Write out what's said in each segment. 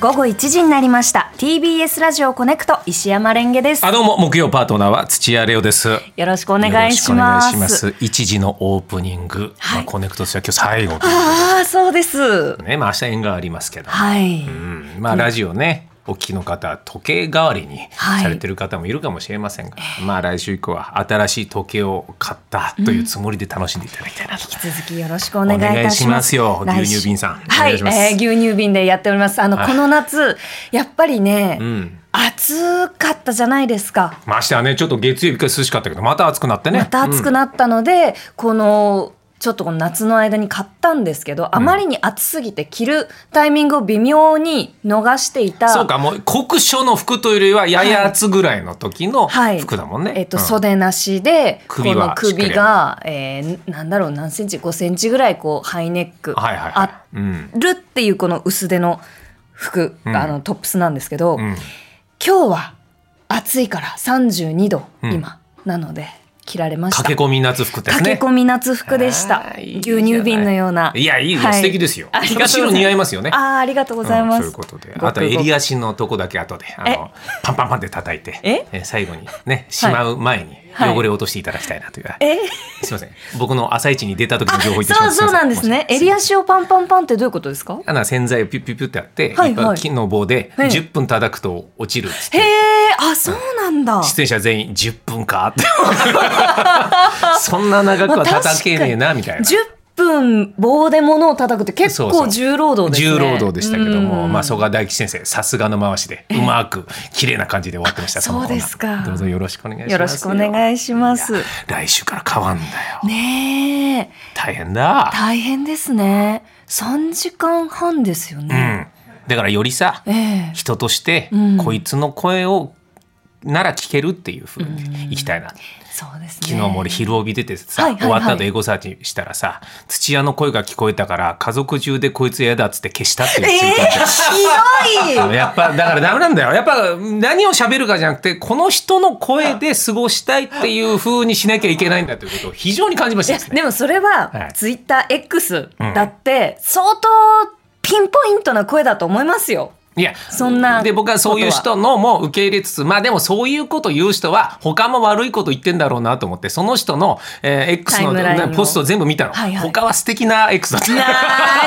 午後1時になりました TBS ラジオコネクト石山レンゲですあどうも木曜パートナーは土屋レオです。よろしくお願いしますよろしくお願いします。一時のオープニング、まあコネクトスは今日最後というこああそうですとでね、まあ明日縁がありますけど、はい、うんまあラジオね。お聞きの方時計代わりにはいされてる方もいるかもしれませんが、まあ来週以降は新しい時計を買ったというつもりで楽しんでいただきたいなと、引き続きよろしくお願いいたしお願いしまますすよ来週牛乳瓶さんはお願いいしますえー牛乳瓶でやっておりますあの、はいこの夏やっぱりね、うん暑かったじゃないですかまあ明日はねちょっと月曜日から涼しかったけどまた暑くなってねまた暑くなったので、このちょっとこの夏の間に買ったんですけど、あまりに暑すぎて着るタイミングを微妙に逃していたそうかもう酷暑の服というよりはやや暑ぐらいの時のはい、服だもんね、えっとうん袖なしで、首このはしっかり首が、えー、なんだろう何センチ5センチぐらいこうハイネックはいはいあはい、うんるっていうこの薄手の服、うんあのトップスなんですけど、うん、今日は暑いから32度うん今、なので着られました。駆け込み夏服ですね駆け込み夏服でしたあ。ーいいじゃな牛い乳瓶のような。いやいいよ、は素敵ですよありがとうございま白す似合いますよねあーありがとうございます。うんそういうことでごくあと襟足のとこだけ後であのパンパンパンって叩いてええ最後にねしまう前にはい汚れを落としていただきたいなという、え、すいません僕の朝一に出た時の情報言ってしそうまって そうなんですね。襟足をパンパンパンってどういうことですか？あの洗剤をピュッピュッピュッってやって、はいはい木の棒でええ10分叩くと落ちるっつっへてえ、あそうなんだ。出演者全員10分かって そんな長くは叩けねえなみたいな10分棒で物を叩くって結そうそ構う重労働ですね。重労働でしたけども、うんまあ、曽我大吉先生さすがの回しでうまく綺麗な感じで終わってましたあのコーナーそうですかどうぞよろしくお願いしますよろしくお願いしますいや来週から変わんだよねえ、大変だ大変ですね。3時間半ですようね。んだからよりさええ、人として、うんこいつの声をなら聞けるっていうふうにいきたいな、そうですね。昨日も俺昼帯出てさ、はいはいはい終わった後エゴサーチしたらさ土屋の声が聞こえたから家族中でこいつ嫌だっつって消したっていうええツイートあってひあどい。のやっぱだからダメなんだよやっぱ何を喋るかじゃなくてこの人の声で過ごしたいっていう風にしなきゃいけないんだということを非常に感じましいたやですねでもそれははいツイッター X うんだって相当ピンポイントな声だと思いますよ。いやそんなで僕はそういう人のも受け入れつつまあでもそういうこと言う人は他も悪いこと言ってんだろうなと思ってその人の、えー X タイムラインののポストを全部見たの、はいはい他は素敵な X だったな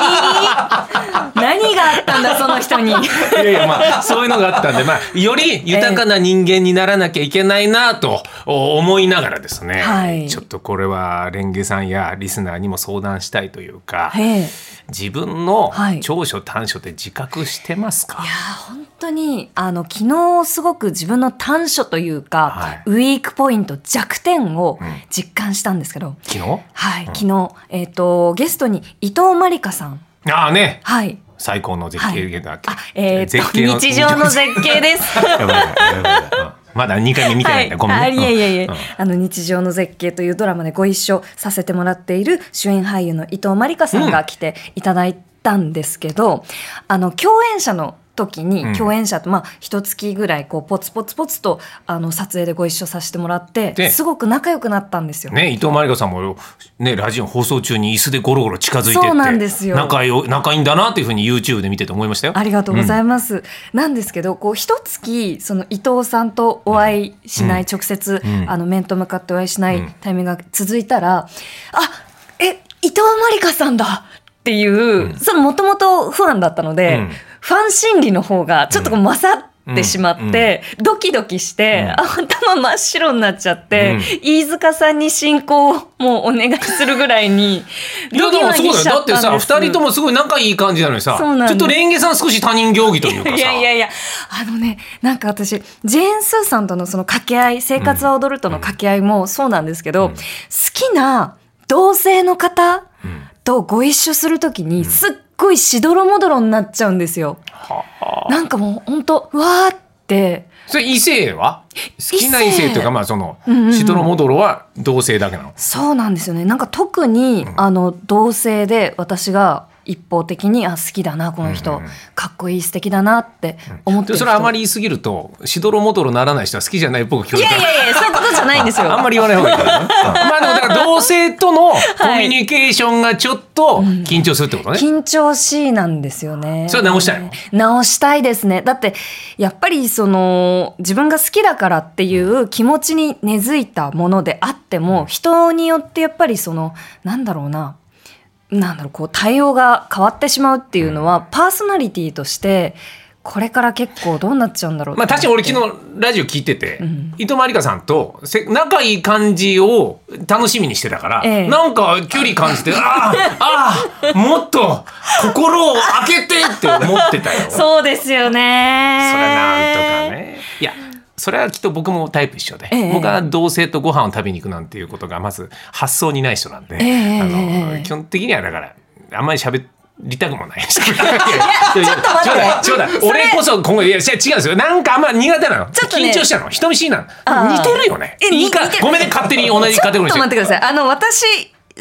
ーに何があったんだその人に。いやいやまあそういうのがあったんで、まあ、より豊かな人間にならなきゃいけないなと思いながらですね、はいちょっとこれはレンゲさんやリスナーにも相談したいというかええ自分のはい長所短所って自覚してますか、いやー本当にあの昨日すごく自分の短所というか、はいウィークポイント弱点をうん実感したんですけど、昨日はい昨日、えっとゲストに伊藤まりかさんああねはい最高の絶景だっけ、あえっと絶景の日常の絶景です。 やばいやばいやばいやばいうんまだ2回目見てないんだ、ごめんあねいえいえいえ、うんあの日常の絶景というドラマでご一緒させてもらっている主演俳優の伊藤まりかさんが来ていただいたんですけど、あの共演者の時うにん共演者と、まあ一月ぐらいこうポツポツポツとあの撮影でご一緒させてもらってですごく仲良くなったんですよ。ね、伊藤真理香さんも、ね、ラジオ放送中に椅子でゴロゴロ近づいてってそうなんですよ仲よ仲いいんだなっていうふうに YouTube で見てて思いましたよ。ありがとうございます。なんですけど、こう一月その伊藤さんとお会いしない、うん直接、うんあの面と向かってお会いしなういんタイミングが続いたら、あ、え、伊藤まりかさんだっていう、んそのもともとファンだったので、うんファン心理の方がちょっとこう勝ってしまって、ドキドキして、う頭真っ白になっちゃって、うん飯塚さんに進行をもうお願いするぐらいに いやドでキもドそうキだしよちゃだっってたんですさ二人ともすごい仲いい感じなのにさそうなんですちょっとレンゲさん少し他人行儀というかさいやいやいや、あのね、なんか私、ジェーン・スーさんとのその掛け合い、生活は踊るとの掛け合いもそうなんですけど、うん好きな同性の方うんとご一緒するときに、すっごいしどろもどろになっちゃうんですよ。はあなんかもうほんと、うわーって、それ異性は好きな異性というかまあそのうんうんうんシトロモドロは同性だけなのそうなんですよね。なんか特に、あの、同性で私が、一方的にあ好きだなこの人、かっこいい素敵だなって思ってでる人それあまり言い過ぎるとしどろもどろならない人は好きじゃない僕が聞こいえるやかいらやいやそういうことじゃないんですよあんまり言わない方がいいからねまあでもだから同性とのコミュニケーションがちょっと緊張するってことね、緊張しいなんですよね。それは直したいの直したいですね。だって、やっぱりその、自分が好きだからっていう気持ちに根付いたものであっても、人によってやっぱりその、なんだろうな、なんだろう、こう、対応が変わってしまうっていうのは、パーソナリティとして、これから結構どうなっちゃうんだろうまあ確かに俺日、昨日ラジオ聞いてて、ん伊藤まりかさんとせ仲いい感じを楽しみにしてたから、ええなんか距離感じて、ああ、ああ、もっと心を開けてって思ってたよ。そ そうですよね。れなんとか。ね。いや、それはきっと僕もタイプ一緒で、ええ僕は同性とご飯を食べに行くなんていうことがまず発想にない人なんで、ええあの基本的にはだから、あんまり喋りたくもないし。いやいやちょっと待ってちょうだい、ちょうだい。俺こそ今後、いや、違う違うんですよ。なんかあんま苦手なの。ちょっとね緊張したの。人見知りなあの。ー似てるよね。えいいか似て、るごめんね、勝手に同じカテゴリーちょっにと待っしてください。あの、私、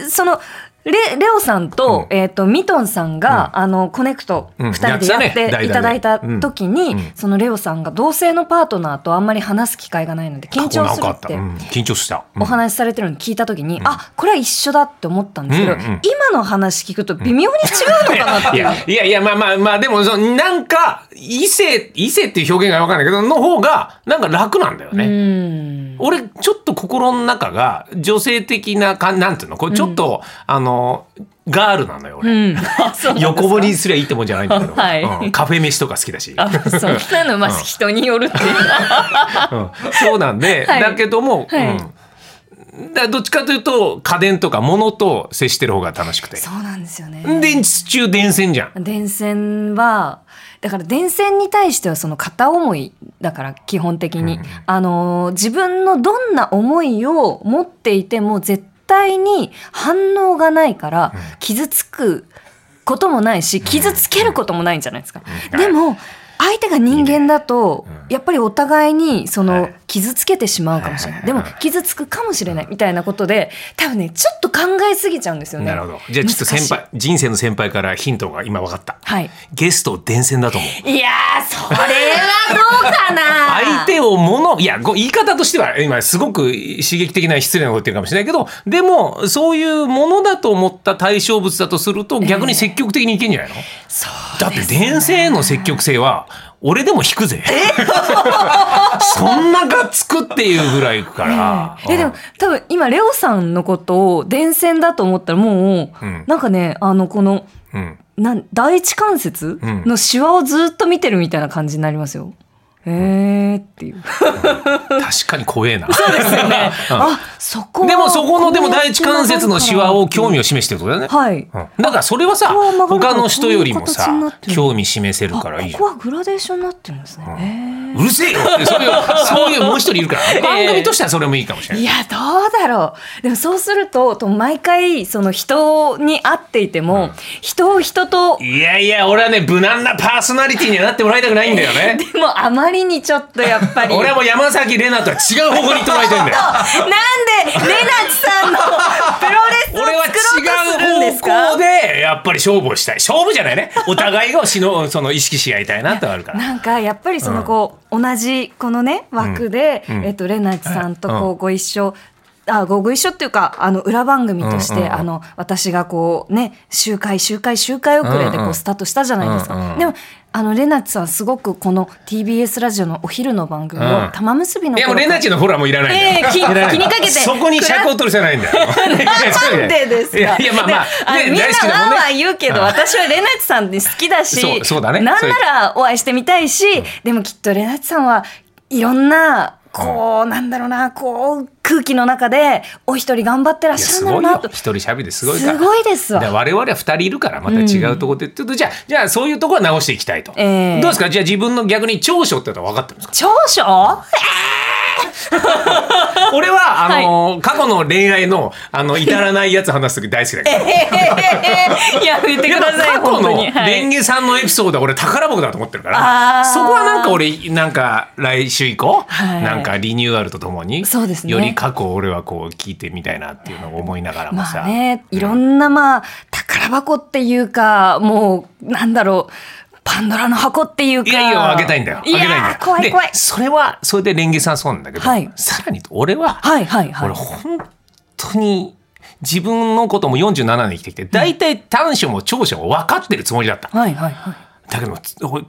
その、レレオさんと、えっ、と、ミトンさんが、あの、コネクト、うん二人でややってたねっていただいた時に、うんそのレオさんが同性のパートナーとあんまり話す機会がないので、緊張するって。うん緊張した。うんお話しされてるの聞いた時に、あこれは一緒だって思ったんですけど、うんうん今の話聞くと微妙に違うのかなっていいう、やいやいやまあまあまあでもそのなんか異性異性っていう表現が分かんないけどの方がなんか楽なんだよね。うん俺ちょっと心の中が女性的なかなんていうのこれちょっと、あのガールなのよう俺。 んあそうなんですか横棒にすりゃいいってもんじゃないんだけど、 はいうんカフェ飯とか好きだし、あ そうそういうのまあ人によるっていううんそうなんで、 はいだけども、はいうん、だからどっちかというと家電とか物と接してる方が楽しくてそうなんですよね電池中電線じゃん電線はだから電線に対してはその片思いだから基本的に、うんあのー自分のどんな思いを持っていても絶対に反応がないから傷つくこともないし傷つけることもないんじゃないですか。うんでも相手が人間だといいねうんやっぱりお互いにそはのい傷つけてしまうかもしれないはいでも傷つくかもしれないみたいなことで多分ねちょっと考えすぎちゃうんですよね。なるほどじゃあちょっと先難しい輩人生の先輩からヒントが今分かったはいゲストを電線だと思ういやー、それはどうかな相手を物いやご言い方としては今すごく刺激的な失礼なこと言ってるかもしれないけどでもそういうものだと思った対象物だとすると逆に積極的にいけんじゃないの、そうだって電線への積極性は俺でも引くぜ そんながつくっていうぐらいいくから、え、でも、多分今、レオさんのことを電線だと思ったら、もう、うんなんかね、あの、この、うんなん第一関節うんのシワをずっと見てるみたいな感じになりますよ。へーっていう。確かに怖えなですよ ね。あ、そこはでもそこのでも第一関節のシワを興味を示してるってことだよね、はい。うんだからそれはさここは曲がるから他の人よりもこういう形になさってる興味示せるからいあいじこゃんこはグラデーションになってるんですね。へーうるせえよってそういうそういうもう一人いるからね番組としてはそれもいいかもしれないいや どうだろうでもそうするとと毎回その人に会っていても、人を人といやいや俺はね無難なパーソナリティにはなってもらいたくないんだよねでもあまりにちょっとやっぱり 俺はもう山崎怜奈とは違う方向に捉えてんだ よなんでレナチさんのプロ俺レはスを作ろうとするん違ですうか方向でやっぱり勝負をしたい勝負じゃないねお互いをしのその意識し合いたいなってのがあるからなんかやっぱりそのこう、同じこのね枠で、んえっとレナチさんとこううご一緒、あごご一緒っていうかあの裏番組として、うんうんうんあの私がこうね集会集会集会遅れでうんこううんスタートしたじゃないですか、うんうんでもあのレナチさんすごくこの TBS ラジオのお昼の番組うをん玉結びのいやもう頃レからナチのフォロワーもいらないんだよ、ええ気いらない気にかけてそこに尺を取るじゃないんだなよんでですかいやいやまあまあでねみんな大好きだわもんねーわー言うけど、うん私はレナチさんに好きだしそうそうだねなんそうならお会いしてみたいし、でもきっとレナチさんはいろんなこう、なんだろうなこう空気の中でお一人頑張ってらっいやしゃするんだろうごいなよと一人喋りすごいからすごいですわだから我々は二人いるからまた違うところで、ちょっとじゃあじゃあそういうところは直していきたいと、ええどうですかじゃあ自分の逆に長所ってのは分かって るんですか長所 俺はあのー過去の恋愛のあの至らないやつ話す時大好きだけどえへへへいや言ってください過去本当のにはレンいゲさんのエピソードは俺宝箱だと思ってるから、あーそこはなんか俺なんか来週以降、はいなんかリニューアルとともにそうですねより過去を俺はこう聞いてみたいなっていうのを思いながらもさ、まあねいろんなまあ宝箱っていうかもうなんだろうパンドラの箱っていうかいやいや、あげたいんだよ。あいげたいんだやよ。ー怖い怖いで、それは、それでレンゲさんそうなんだけど、はいさらに俺は、はいはいはい俺本当に自分のことも47年生きてきて、大体短所も長所も分かってるつもりだった。はいはいはいだけど、つ俺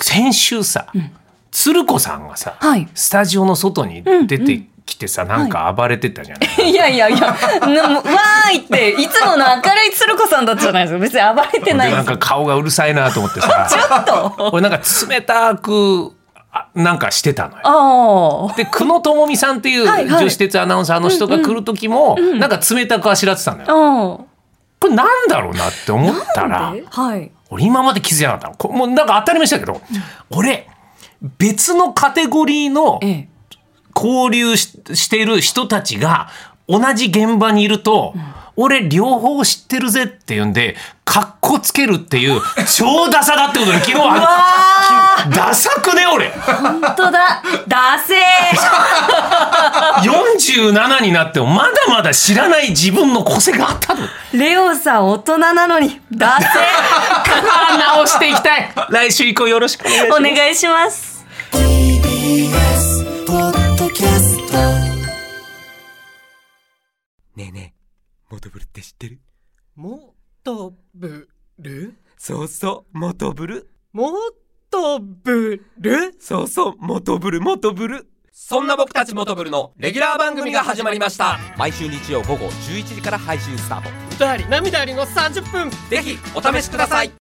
先週さ、鶴子さんがさ、はいスタジオの外に出てきてさ、なんか暴れてったじゃない。いやいやいや、なもうわーいって、いつもの明るい鶴子さんだったじゃないですか。別に暴れてないでなでんす。か顔がうるさいなと思ってさ、 ちょっと。俺なんか冷たく、あなんかしてたのよ。ああ。で久野智美さんっていうはいはい女子鉄アナウンサーの人が来る時もなんか冷たくあしらってたのよ。うん。これなんだろうなって思ったらではい。俺今まで気づいてなかったのこもうなんか当たり前だけど俺別のカテゴリーのええ。交流ししている人たちが同じ現場にいると俺両方知ってるぜっていうんでかっこつけるっていう超ダサだってことに昨日わはあ。ダサくね俺本当だ。ダセー。 47になってもまだまだ知らない自分の個性があったの。レオさん大人なのに。ダ セあ直していきたい来週以降よろしくお願いしー。まおす願いします。 TBS ポッドキャストねえねえ、モトブルって知ってるもとぶるそうそう、モトブル。もとぶるそうそう、モトブル、モトブル。そんな僕たちモトブルのレギュラー番組が始まりました毎週日曜午後11時から配信スタート。歌あり涙ありの30分ぜひお試しください